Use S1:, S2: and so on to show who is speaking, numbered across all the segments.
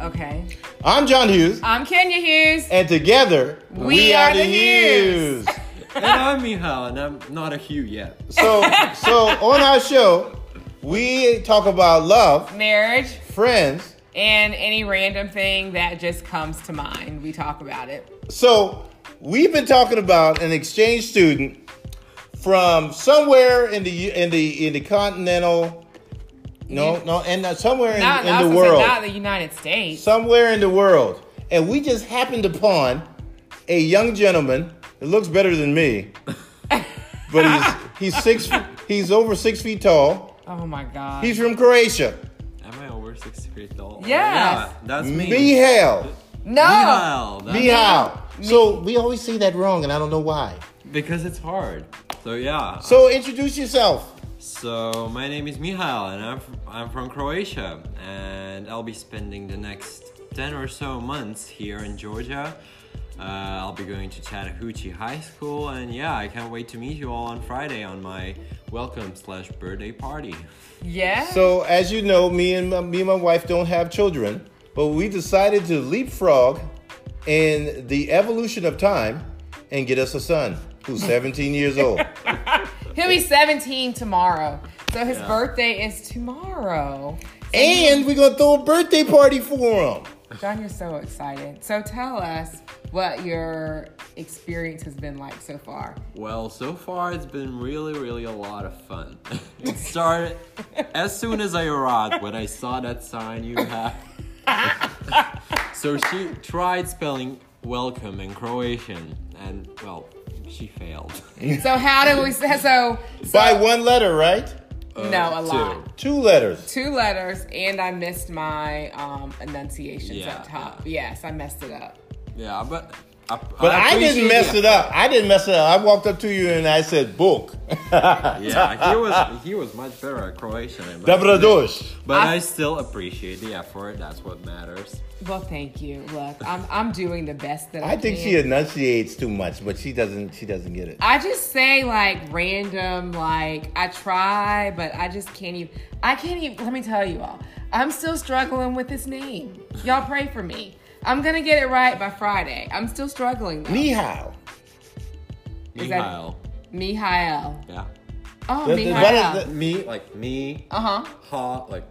S1: Okay.
S2: I'm John Hughes,
S1: I'm Kenya Hughes.
S2: and together
S1: We are the Hughes.
S3: and I'm Mihal, and I'm not a Hugh yet.
S2: so, so on our show, we talk about love,
S1: Marriage
S2: friends.
S1: and any random thing that just comes to mind. We talk about it.
S2: So, we've been talking about an exchange student from somewhere in the in the in the continental, no, no, and uh, somewhere in,
S1: Not,
S2: in
S1: I was
S2: the
S1: gonna say
S2: world,
S1: not the United States.
S2: somewhere in the world, and we just happened upon a young gentleman that looks better than me, but he's he's six, he's over six feet tall.
S1: oh my God.
S2: He's from Croatia.
S3: Am I over 63 tall?
S1: Yes.
S3: Yeah, that's me.
S2: Mihal.
S1: no.
S3: Mihal, that's-
S2: Mihal. So we always say that wrong, and I don't know why.
S3: Because it's hard. So yeah.
S2: So introduce yourself.
S3: So my name is Mihal, and I'm from, I'm from Croatia, and I'll be spending the next ten or so months here in Georgia. Uh, I'll be going to Chattahoochee High School, and yeah, I can't wait to meet you all on Friday on my welcome slash birthday party.
S1: Yeah.
S2: So as you know, me and my, me and my wife don't have children, but we decided to leapfrog in the evolution of time and get us a son who's 17 years old.
S1: He'll be 17 tomorrow. So his
S3: Yeah.
S1: birthday is tomorrow.
S2: And we're gonna throw a birthday party for him.
S1: John, you're so excited. So tell us what your experience has been like so far.
S3: Well, so far it's been really, really a lot of fun. it started as soon as I arrived when I saw that sign you have. so she tried spelling welcome in Croatian, and well, she failed.
S1: So how do we so, so
S2: By one letter, right?
S1: No, a
S3: Uh, two.
S1: lot.
S2: Uh, Two letters.
S1: two letters and I missed my um enunciations
S3: Yeah,
S1: up top. Yes, I messed it up.
S3: Yeah, but I,
S2: But I, didn't mess it up. I didn't mess it up. I walked up to you and I said, "Book,
S3: Yeah, he was he was much better at Croatian. I must admit.
S2: Dobrodoš."
S3: But
S1: I-
S3: I still appreciate the effort. That's what matters.
S1: Well, thank you. Look, I'm I'm doing the best that I,
S2: I think
S1: can.
S2: she enunciates too much, but she doesn't. She doesn't get it.
S1: I just say like random, like I try, but I just can't even. I can't even. Let me tell you all, I'm still struggling with this name. Y'all pray for me. I'm gonna get it right by Friday. I'm still struggling. Though.
S2: Ni hao.
S1: Is that-
S3: Mihail.
S1: Mihail.
S3: Yeah.
S1: Oh,
S2: That- that- that is
S1: Mihail.
S2: the-
S3: Me like me.
S1: Uh huh.
S3: Ha, like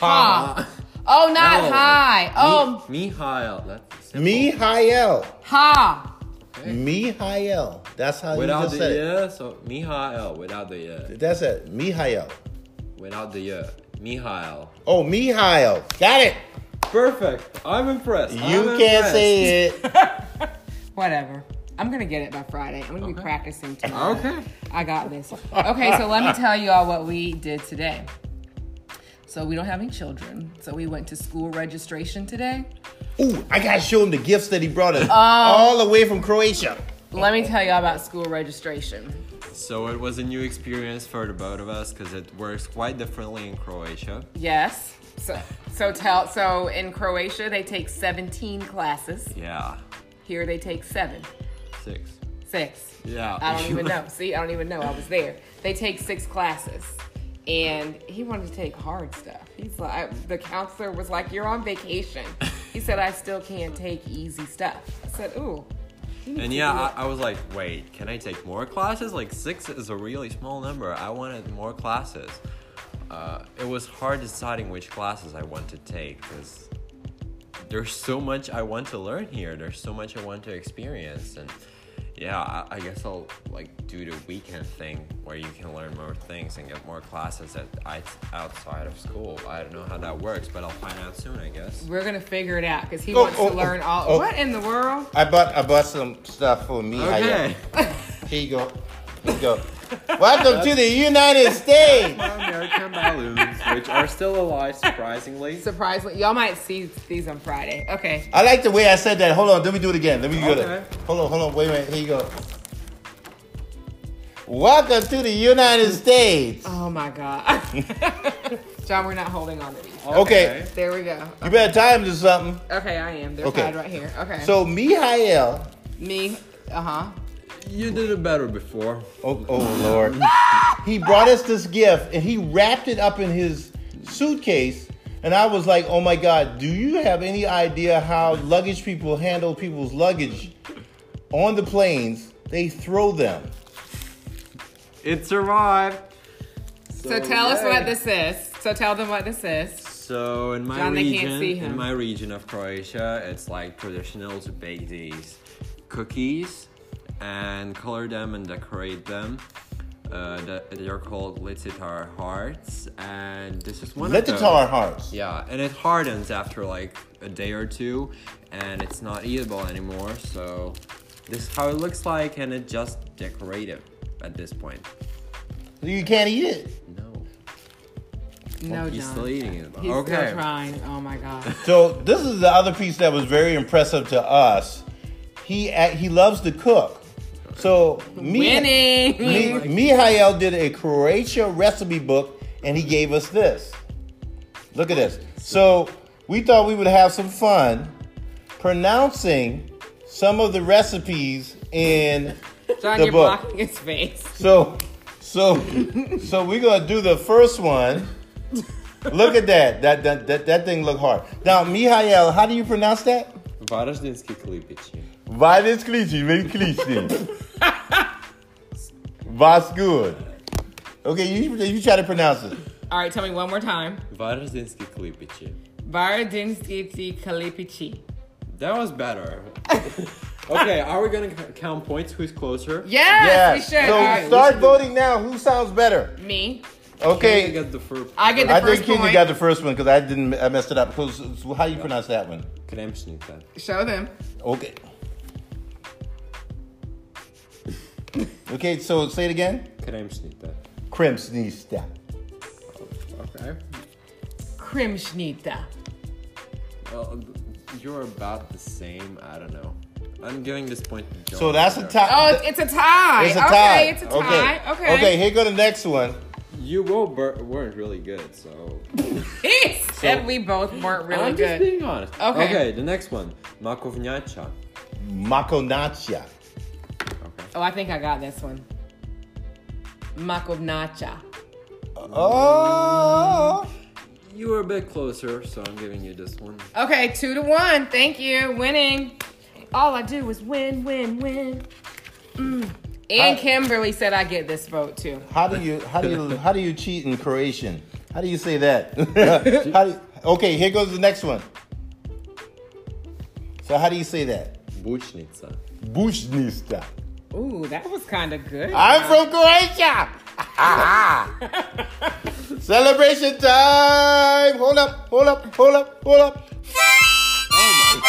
S1: Ha. Oh, not
S3: No.
S1: high. Oh,
S3: me, me high. That's simple.
S2: Mi hael.
S1: ha.
S2: Mi hael. That's how you
S3: without
S2: just
S3: the E.
S2: said it.
S3: year. So me high without the year.
S2: That's it. Mi hael.
S3: Without the year. Me high.
S2: Oh, mi hael. Got it.
S3: Perfect. I'm impressed.
S2: You can't say it.
S1: Whatever. I'm gonna get it by Friday. I'm gonna be
S3: Okay.
S1: practicing tomorrow.
S3: Okay.
S1: I got this. Okay, so let me tell you all what we did today. So we don't have any children. So we went to school registration today.
S2: Ooh, I gotta show him the gifts that he brought us
S3: Uh,
S2: all the way from Croatia.
S1: Let me tell y'all about school registration.
S3: So it was a new experience for the both of us because it works quite differently in Croatia.
S1: Yes. So so tell so in Croatia they take 17 classes.
S3: Yeah.
S1: Here they take 7.
S3: Six.
S1: 6.
S3: Yeah.
S1: I don't even know. See, I don't even know. I was there. They take six classes. And he wanted to take hard stuff. He's like, the counselor was like, You're on vacation. He said, I still can't take easy stuff. I said, Ooh. you need
S3: And
S1: to
S3: yeah,
S1: do
S3: I, I was like, wait, can I take more classes? Like six is a really small number. I wanted more classes. Uh, it was hard deciding which classes I want to take because there's so much I want to learn here. There's so much I want to experience, and yeah, I, I guess I'll like do the weekend thing where you can learn more things and get more classes at I, outside of school. I don't know how that works, but I'll find out soon, I guess.
S1: We're gonna figure it out because he
S2: Oh,
S1: wants
S2: oh,
S1: to learn
S2: oh,
S1: all.
S2: oh.
S1: What in the world?
S2: I bought I bought some stuff for mi hael.
S3: Okay.
S2: Here you go. Here you go. Welcome to the United States.
S3: American balloons, which are still alive, surprisingly.
S1: Surprisingly, y'all might see these on Friday. Okay.
S2: I like the way I said that. Hold on, let me do it again. Let me do
S3: Okay.
S2: it. Hold on, hold on, wait a minute. Here you go. Welcome to the United States.
S1: Oh my God. John, we're not holding on to these.
S2: Okay.
S1: There we go.
S2: You better tie him to something.
S1: Okay, I am. They're
S2: Okay.
S1: tied right here. Okay.
S2: So Mihail.
S1: me, uh huh.
S3: You did it better before.
S2: Oh, oh Lord. he brought us this gift and he wrapped it up in his suitcase And I was like, oh my God, do you have any idea how luggage people handle people's luggage on the planes? They throw them.
S3: It survived.
S1: So tell us what this is. So tell them what this is.
S3: So in my
S1: John, they can't
S3: region,
S1: see him.
S3: in my region of Croatia, it's like traditional to bake these cookies and color them and decorate them. Uh, that- they're called Litzitar hearts, and this is one
S2: Let
S3: of
S2: the
S3: those.
S2: tar hearts.
S3: Yeah, and it hardens after like a day or two, and it's not eatable anymore. So this is how it looks like, and it's just decorative at this point.
S2: You can't eat it.
S3: No,
S1: No,
S3: he's
S1: John.
S3: still eating it.
S1: He's
S3: okay.
S1: still trying. Oh my god.
S2: So this is the other piece that was very impressive to us. He a- he loves to cook. So me,
S1: Winning.
S2: Mi- Mihail did a Croatia recipe book, and he gave us this. Look at this. So we thought we would have some fun pronouncing some of the recipes in
S1: John,
S2: the
S1: you're
S2: book.
S1: blocking his face.
S2: So, so, so we're gonna do the first one. Look at that. That that that, that thing look hard. Now, Mihail, how do you pronounce that?
S3: Varaždinski klipići.
S2: Vadis klici, very klici. Vas good. Okay, you you try to pronounce it.
S1: All right, tell me one more time.
S3: Varaždinski klipići.
S1: Varadinsky Kalipichi.
S3: That was better. okay, are we gonna c- count points? Who's closer?
S1: Yes, we should. All right.
S2: So start voting now. Who sounds better?
S1: Me.
S3: Hey, I
S2: Okay.
S3: got the first.
S1: I get the
S2: I
S1: first
S2: think Kenya
S1: point.
S2: got the first one because I didn't. I messed it up. So- so How do you pronounce that one?
S3: Kremšnica.
S1: Show them.
S2: Okay. Okay, so say it again.
S3: Kremšnica.
S2: Kremsnista.
S3: Okay.
S1: Krimshnita.
S3: Well, th- you're about the same. I don't know. I'm giving this point to John.
S2: So that's a
S3: there.
S2: tie.
S1: Oh, it's- it's a tie.
S2: It's a
S1: okay,
S2: tie.
S1: it's a tie. Okay.
S2: Okay. here go the next one.
S3: You both ber- weren't really good, so.
S1: He said we both weren't really
S3: I'm just
S1: good.
S3: being honest.
S1: Okay.
S3: Okay, the next one. Makovnjača.
S2: Makonacha.
S3: Okay.
S1: Oh, I think I got this one. Makovnacha.
S2: Oh.
S3: You were a bit closer, so I'm giving you this one.
S1: Okay, two to one. Thank you. Winning. All I do is win, win, win. Mm. And
S2: I-
S1: Kimberly said I get this vote too.
S2: How do you how do you how do you cheat in Croatian? How do you say that? How do- okay, here goes the next one. So how do you say that?
S3: Bučnica.
S2: Bušnista.
S1: Ooh, that was kind of good.
S2: I'm from Croatia. Celebration time. Hold up, hold up, hold up, hold up.
S3: Oh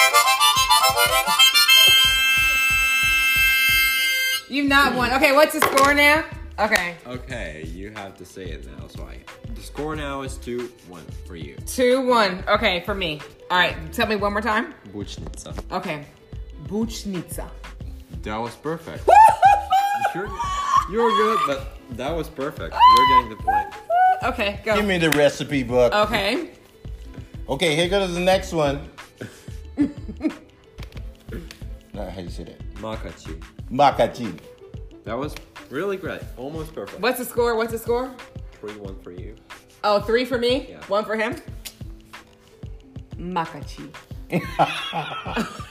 S1: You've not won. Okay, what's the score now? Okay,
S3: Okay, you have to say it now. So I. The score now is 2 1 for you.
S1: two one. Okay, for me. All right, tell me one more time.
S3: Bučnica.
S1: Okay, buchnica.
S3: That was perfect. You're, you're good, but that was perfect. You're getting the point.
S1: Okay, go.
S2: Give me the recipe book.
S1: okay,
S2: Okay, here goes the next one. Nah, how do you say that?
S3: Makachi.
S2: Makachi.
S3: That was really great. Almost perfect.
S1: what's the score? What's the score?
S3: 3 1 for you.
S1: Oh, three for me,
S3: Yeah.
S1: one for him. Makachi. Ah.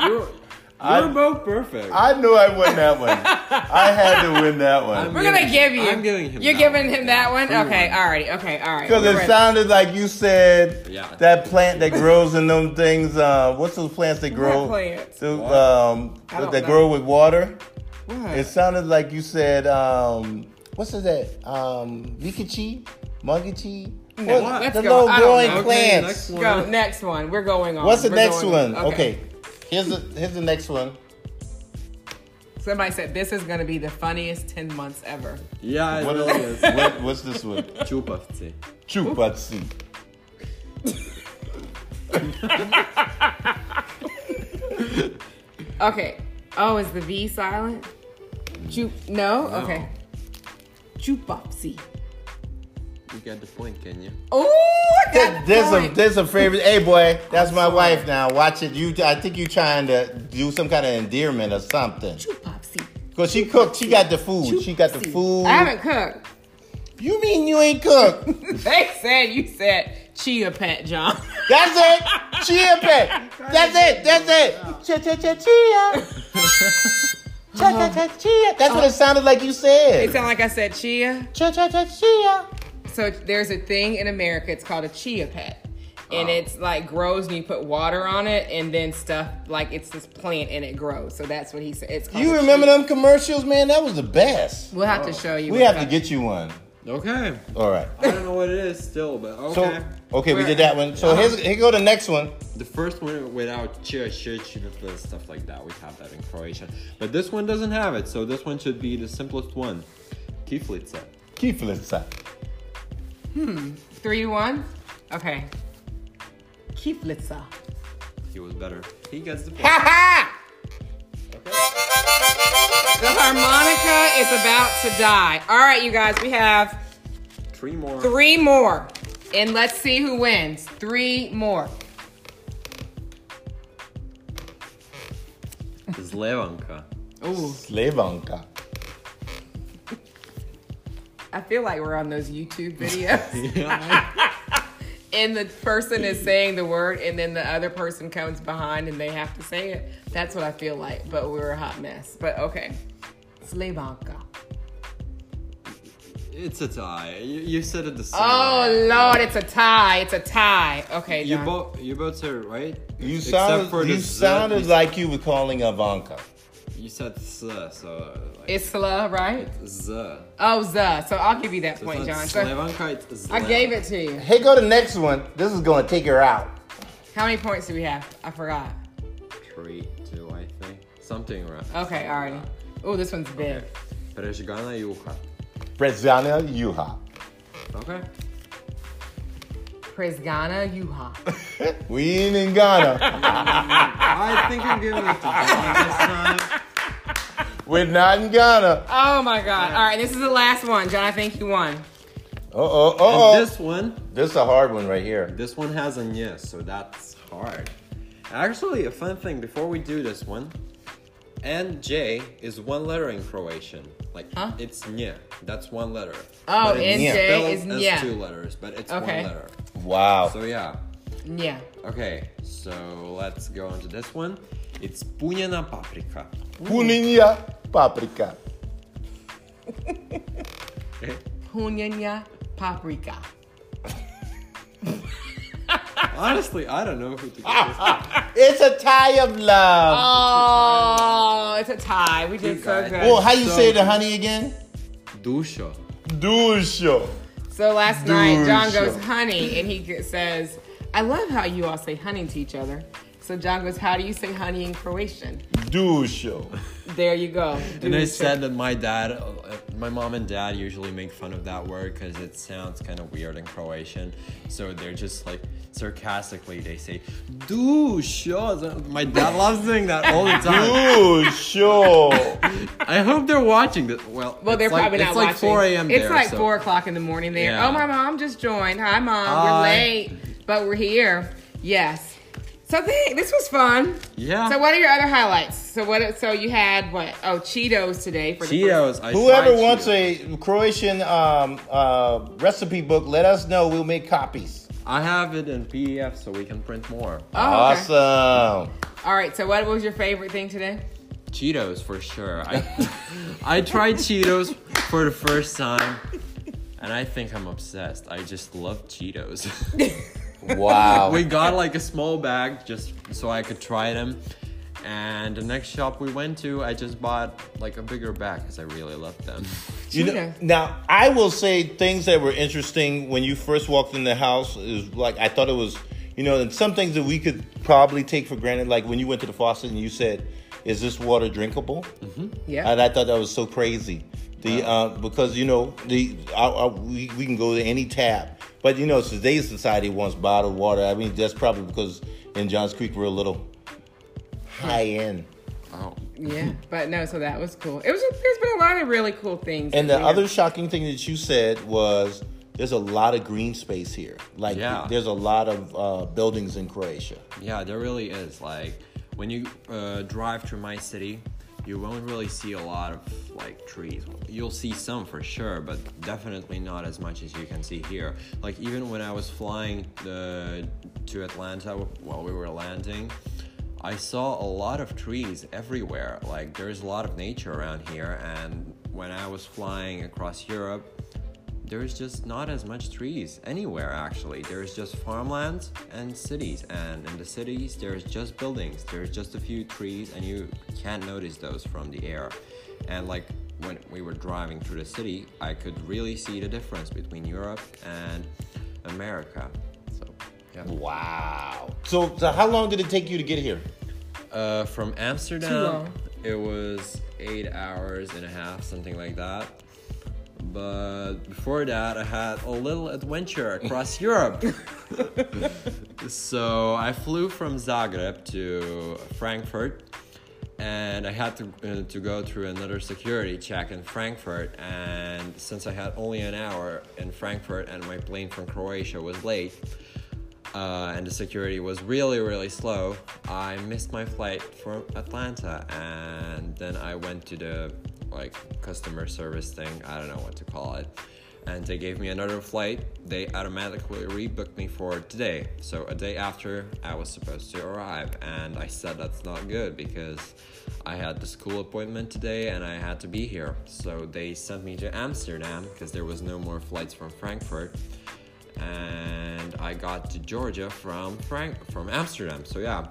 S3: You're, you're
S2: I-
S3: both perfect.
S2: I knew I won that one. I had to win that one.
S3: I'm
S1: We're gonna
S3: giving-
S1: give you.
S3: I'm giving him
S1: You're
S3: that
S1: giving
S3: one.
S1: him that one.
S3: Yeah.
S1: Okay, alrighty. Okay, alright.
S2: Because
S1: We're
S2: it
S1: ready.
S2: sounded like you said
S3: Yeah.
S2: that plant that grows in them things. Uh, what's those plants that grow?
S1: plants?
S2: So, um,
S1: I don't
S2: that
S1: know.
S2: grow with water.
S1: What?
S2: It sounded like you said, um, what's is that? Um, Vikachi? Mungachi?
S1: No,
S2: What?
S1: let's
S2: the
S1: go.
S2: low
S1: I don't
S2: growing
S1: know. Okay,
S2: plants.
S3: next one.
S1: Go next one. We're going on.
S2: What's the
S1: We're
S2: next
S1: going
S2: one?
S1: on.
S2: Okay. Here's the here's the next one.
S1: Somebody said this is gonna be the funniest ten months ever.
S3: Yeah, it
S2: What
S3: really
S2: is
S3: is.
S2: what, what's this one?
S3: Chupavci.
S2: Chupatsi.
S1: Okay. Oh, is the V silent? Ju- no? Okay. Jupopsy.
S3: You got the point, can you?
S1: Oh, I got
S2: There's a
S1: point.
S2: there's a favorite. Hey boy, that's my wife now. Watch it. You I think you trying to do some kind of endearment or something.
S1: Jupopsy.
S2: Cause she cooked. She got the food. She got the food.
S1: I haven't cooked.
S2: You mean you ain't cooked?
S1: They said you said chia pet, John.
S2: That's it. Chia pet. That's it. That's it. Chia chia chia chia. Chia chia chia chia. That's what it sounded like you
S1: It
S2: said.
S1: sounded like I said chia.
S2: Chia chia chia chia.
S1: So there's a thing in America. It's called a chia pet, and
S3: Oh.
S1: it's like grows and you put water on it, and then stuff like it's this plant and it grows. So that's what he said. It's called.
S2: You
S1: a
S2: remember
S1: chia-
S2: them commercials, man? That was the best.
S1: We'll have to show you.
S2: We
S1: what
S2: have to
S1: kind-
S2: get you one.
S3: Okay.
S2: All right.
S3: I don't know what it is still, but okay.
S2: So okay, we did that one. So here's here go the next one.
S3: the first one without church, church, and stuff like that. We have that in Croatia, but this one doesn't have it. So this one should be the simplest one. Kiflica.
S2: Kiflica.
S1: three to one. Okay. Kiflitsa.
S3: He was better. He gets the point.
S1: Ha ha! The harmonica is about to die. All right, you guys, we have
S3: Three more.
S1: three more, and let's see who wins. Three more.
S3: Zlevanka.
S1: Ooh,
S2: Slavanka.
S1: I feel like we're on those YouTube videos.
S3: Yeah.
S1: and the person is saying the word and then the other person comes behind and they have to say it. That's what I feel like, but we're a hot mess. But okay. Slavanka.
S3: it's a tie. You, you said it the same.
S1: Oh Lord, it's a tie. It's a tie. Okay,
S3: You
S1: John.
S3: both. You both said it right.
S2: You
S3: Except
S2: sounded
S3: for the
S2: you
S3: Z.
S2: sounded like you were calling Ivanka.
S3: You said z, so like
S1: it's Sla, right?
S3: z.
S1: Oh, Za. So I'll give you that
S3: It's
S1: point,
S3: not
S1: John. So
S3: Slavanka, it's
S1: I gave it to you.
S2: Here go the next one. This is gonna take her out.
S1: How many points do we have? I forgot.
S3: three, two, I think, something around.
S1: Okay, alrighty. Oh, this one's big.
S3: Пережигана юха.
S2: Brezana Yuha.
S3: Okay.
S1: Prisgana Yuha.
S2: We ain't in Ghana.
S3: I think I'm giving it to John this time.
S2: We're not in Ghana.
S1: Oh my god. Alright, this is the last one. John, I think you won.
S2: Uh oh, uh oh.
S3: And this one,
S2: This is a hard one right here.
S3: this one has a yes, so that's hard. Actually, a fun thing before we do this one, NJ is one letter in Croatian. Like
S1: Huh?
S3: it's nye. That's one letter.
S1: Oh,
S3: But it's
S1: NJ
S3: spelled
S1: is
S3: as
S1: nye.
S3: two letters, but it's
S1: Okay.
S3: one letter.
S2: Wow.
S3: So yeah.
S1: Yeah.
S3: Okay, so let's go on to this one. It's punjena paprika.
S2: Puninia paprika.
S3: Okay.
S1: Punyanya paprika.
S3: Honestly, I don't know who to give this to.
S2: It's a tie of love.
S1: Oh, it's a tie. We did so
S3: Good guy.
S1: good.
S2: oh, how you
S3: so
S2: say the honey again?
S3: Dusho.
S2: Dusho.
S1: So last night, John
S2: Dusha.
S1: goes, honey, and he g- says, I love how you all say honey to each other. So John goes, How do you say honey in Croatian?
S2: Dusho.
S1: There you go.
S3: And I
S1: Dusha.
S3: said that my dad, uh, my mom and dad usually make fun of that word because it sounds kind of weird in Croatian. So they're just like sarcastically, they say, Dusho. My dad loves doing that all the time.
S2: Dusho.
S3: I hope they're watching this. Well,
S1: Well, they're
S3: it's like,
S1: probably not
S3: It's
S1: watching.
S3: like 4 a.m.
S1: It's
S3: there,
S1: like
S3: so-
S1: 4 o'clock in the morning there.
S3: Yeah.
S1: Oh, my mom just joined. Hi, mom. We're
S3: Hi.
S1: late, but we're here. Yes. So th- this was fun.
S3: Yeah.
S1: So what are your other highlights? So what? So you had what? Oh, Cheetos today for the first-
S3: Cheetos. I
S2: Whoever
S3: tried
S2: wants
S3: Cheetos.
S2: a Croatian um, uh, recipe book, let us know. We'll make copies.
S3: I have it in PDF so we can print more.
S1: Oh, okay.
S2: Awesome.
S1: All right. So what was your favorite thing today?
S3: Cheetos for sure. I I tried Cheetos for the first time, and I think I'm obsessed. I just love Cheetos.
S2: Wow.
S3: we got like a small bag just so I could try them. And the next shop we went to, I just bought like a bigger bag because I really loved them.
S2: You know,
S1: Cheetah.
S2: now I will say things that were interesting when you first walked in the house is like I thought it was, you know, and some things that we could probably take for granted, like when you went to the faucet and you said, "Is this water drinkable?"
S1: Yeah.
S2: And I thought that was so crazy, the uh, because you know the I, I, we we can go to any tap, but you know today's society wants bottled water. I mean that's probably because in Johns Creek we're a little high end.
S3: Oh,
S1: yeah. But no. So that was cool. It was. There's been a lot of really cool things.
S2: And the
S1: Yeah.
S2: other shocking thing that you said was there's a lot of green space here. Like
S3: Yeah.
S2: there's a lot of uh, buildings in Croatia.
S3: yeah, there really is. Like when you uh, drive through my city, you won't really see a lot of like trees. You'll see some for sure, but definitely not as much as you can see here. Like even when I was flying the, to Atlanta while we were landing, I saw a lot of trees everywhere. Like there's a lot of nature around here, and when I was flying across Europe, there's just not as much trees anywhere actually there's just farmlands and cities and in the cities there's just buildings there's just a few trees and you can't notice those from the air and like when we were driving through the city i could really see the difference between europe and america so yeah
S2: Wow. So, so how long did it take you to get here?
S3: uh, from amsterdam
S1: long.
S3: it was eight hours and a half something like that but before that i had a little adventure across europe So I flew from Zagreb to Frankfurt, and I had to uh, to go through another security check in Frankfurt. And since I had only an hour in Frankfurt, and my plane from Croatia was late, uh, and the security was really really slow, I missed my flight from Atlanta, and then I went to the like customer service thing. I don't know what to call it and they gave me another flight. They automatically rebooked me for today. So a day after I was supposed to arrive, and I said that's not good because I had the school appointment today and I had to be here. So they sent me to Amsterdam because there was no more flights from Frankfurt. And I got to Georgia from Frank from Amsterdam. So yeah,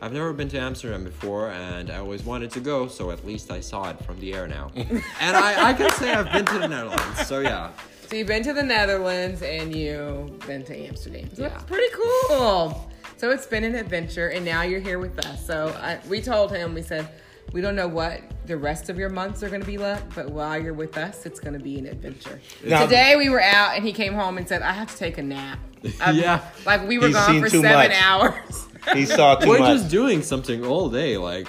S3: I've never been to Amsterdam before, and I always wanted to go. So at least I saw it from the air now, and I, I can say I've been to the Netherlands. So yeah,
S1: So you've been to the Netherlands and you've been to Amsterdam. So
S3: Yeah.
S1: it's pretty cool. So it's been an adventure, and now you're here with us. So I, we told him, we said, we don't know what the rest of your months are going to be like, but while you're with us, it's going to be an adventure.
S2: Now-
S1: Today we were out, and he came home and said, I have to take a nap. I've-
S3: Yeah.
S1: Like we were
S2: He's
S1: gone
S2: seen
S1: for
S2: too
S1: seven
S2: much.
S1: hours.
S2: He saw too
S3: We're
S2: much.
S3: just doing something all day. Like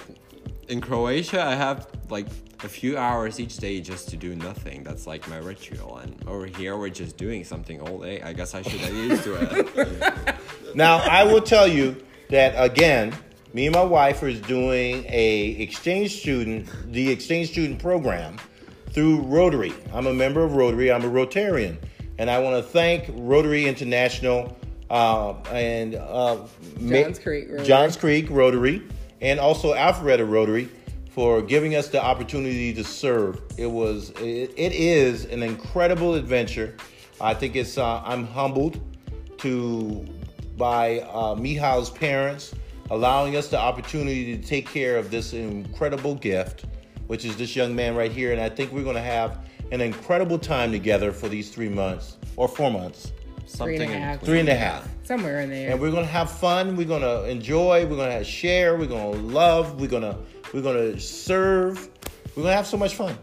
S3: in Croatia, I have like a few hours each day just to do nothing. That's like my ritual. And over here, we're just doing something all day. I guess I should get used to it.
S2: now I will tell you that again, me and my wife is doing a exchange student, the exchange student program through Rotary. I'm a member of Rotary. I'm a Rotarian, and I want to thank Rotary International uh, and uh, Ma-
S1: Johns Creek Rotary.
S2: Johns Creek Rotary, and also Alpharetta Rotary for giving us the opportunity to serve. It was, it, it is an incredible adventure. I think it's, uh, I'm humbled to by uh, Mihail's parents allowing us the opportunity to take care of this incredible gift, which is this young man right here. And I think we're going to have an incredible time together for these three months or four months,
S3: Something
S1: and a
S3: in
S1: half.
S3: between.
S2: three and a half
S1: Somewhere in there.
S2: and we're gonna have fun. We're gonna enjoy. We're gonna share. We're gonna love. We're gonna we're gonna serve. We're gonna have so much fun.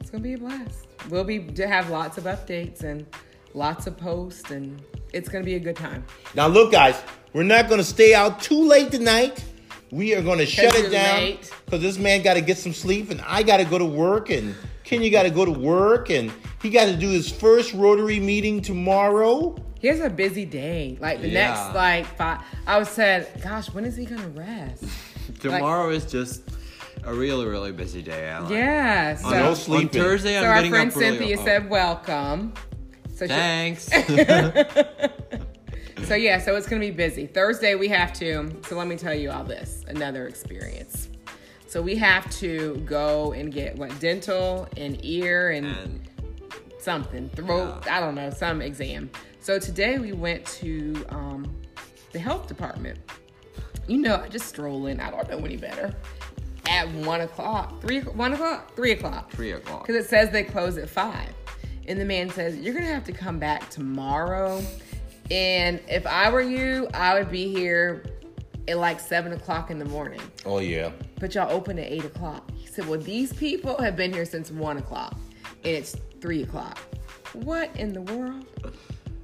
S1: It's gonna be a blast. We'll be to have lots of updates and lots of posts, and it's gonna be a good time.
S2: Now look, guys, we're not gonna stay out too late tonight. We are gonna shut
S1: you're
S2: it down
S1: late.
S2: because this man got to get some sleep, and I got to go to work, and Kenya got to go to work, and he got to do his first Rotary meeting tomorrow.
S1: Here's a busy day. Like the
S3: Yeah.
S1: next like five, I was said, gosh, when is he gonna rest?
S3: Tomorrow is just a really, really busy day. I like-
S1: yeah. So,
S3: On,
S2: No
S3: on
S2: sleeping.
S3: Thursday,
S1: so
S3: I'm
S1: our
S3: getting
S1: friend
S3: up early.
S1: Cynthia
S3: Oh,
S1: said, welcome. So she,
S3: Thanks.
S1: so yeah, so it's gonna be busy. Thursday we have to. So let me tell you all this. Another experience. So we have to go and get what dental and ear
S3: and
S1: something throat i don't know some exam so today we went to um, the health department you know i just strolling i don't know any better at one o'clock three one o'clock three o'clock
S3: three o'clock.
S1: because it says they close at five and the man says you're gonna have to come back tomorrow and if i were you i would be here at like seven o'clock in the morning
S2: Oh yeah.
S1: but y'all open at eight o'clock. He said, Well, these people have been here since one o'clock and it's three o'clock. What in the world?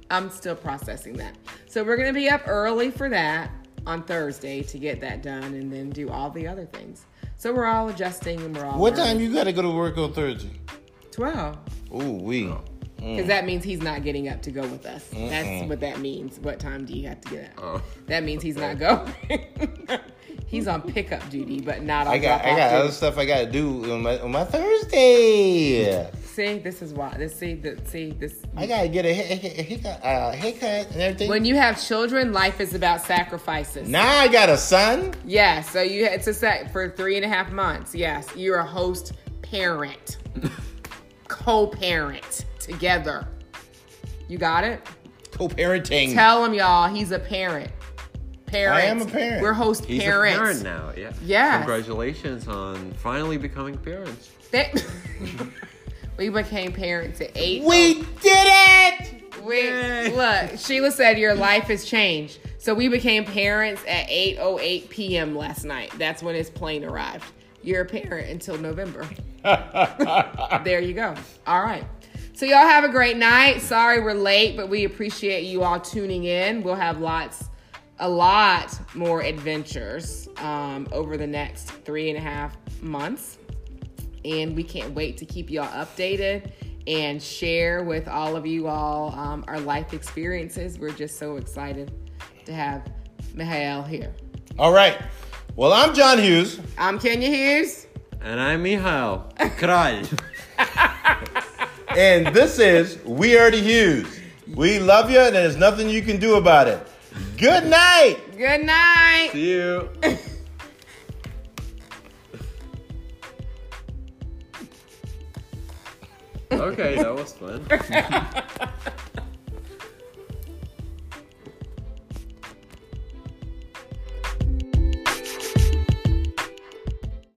S1: I'm still processing that. So we're gonna be up early for that on Thursday to get that done and then do all the other things. So we're all adjusting and we're all
S2: What
S1: learning.
S2: time you got to go to work on Thursday?
S1: twelve.
S2: Ooh we. Mm.
S1: Because that means he's not getting up to go with us. That's what that means. What time do you have to get up?
S3: Oh.
S1: That means he's not going. He's on pickup duty, but not on
S2: I got I
S1: drop-off
S2: got
S1: duty.
S2: other stuff I got to do on my on my Thursday.
S1: See, this is why. This see, the, see this.
S2: I gotta get a ha- ha- ha- uh, haircut and everything.
S1: When you have children, life is about sacrifices.
S2: now I got a son.
S1: Yeah, so you it's a set for three and a half months. Yes, you're a host parent, co-parent together. You got it.
S2: Co-parenting.
S1: Tell him, y'all, he's a parent. Parent.
S2: I am a parent.
S1: We're host
S3: He's
S1: parents.
S3: a parent now. Yeah.
S1: Yes.
S3: Congratulations on finally becoming parents.
S1: They- we became parents at eight.
S2: we did it.
S1: We,
S3: Yay.
S1: look, Sheila said your life has changed. So we became parents at 8:08 p.m. last night. That's when his plane arrived. You're a parent until November. there you go. All right. So y'all have a great night. Sorry we're late, but we appreciate you all tuning in. We'll have lots, a lot more adventures um, over the next three and a half months and we can't wait to keep y'all updated and share with all of you all um, our life experiences. We're just so excited to have Mihail here.
S2: All right. Well, I'm John Hughes.
S1: I'm Kenya Hughes.
S3: And I'm Michal Kral.
S2: and this is We Are the Hughes. We love you, and there's nothing you can do about it. Good night.
S1: Good night.
S3: See you. okay, that was fun.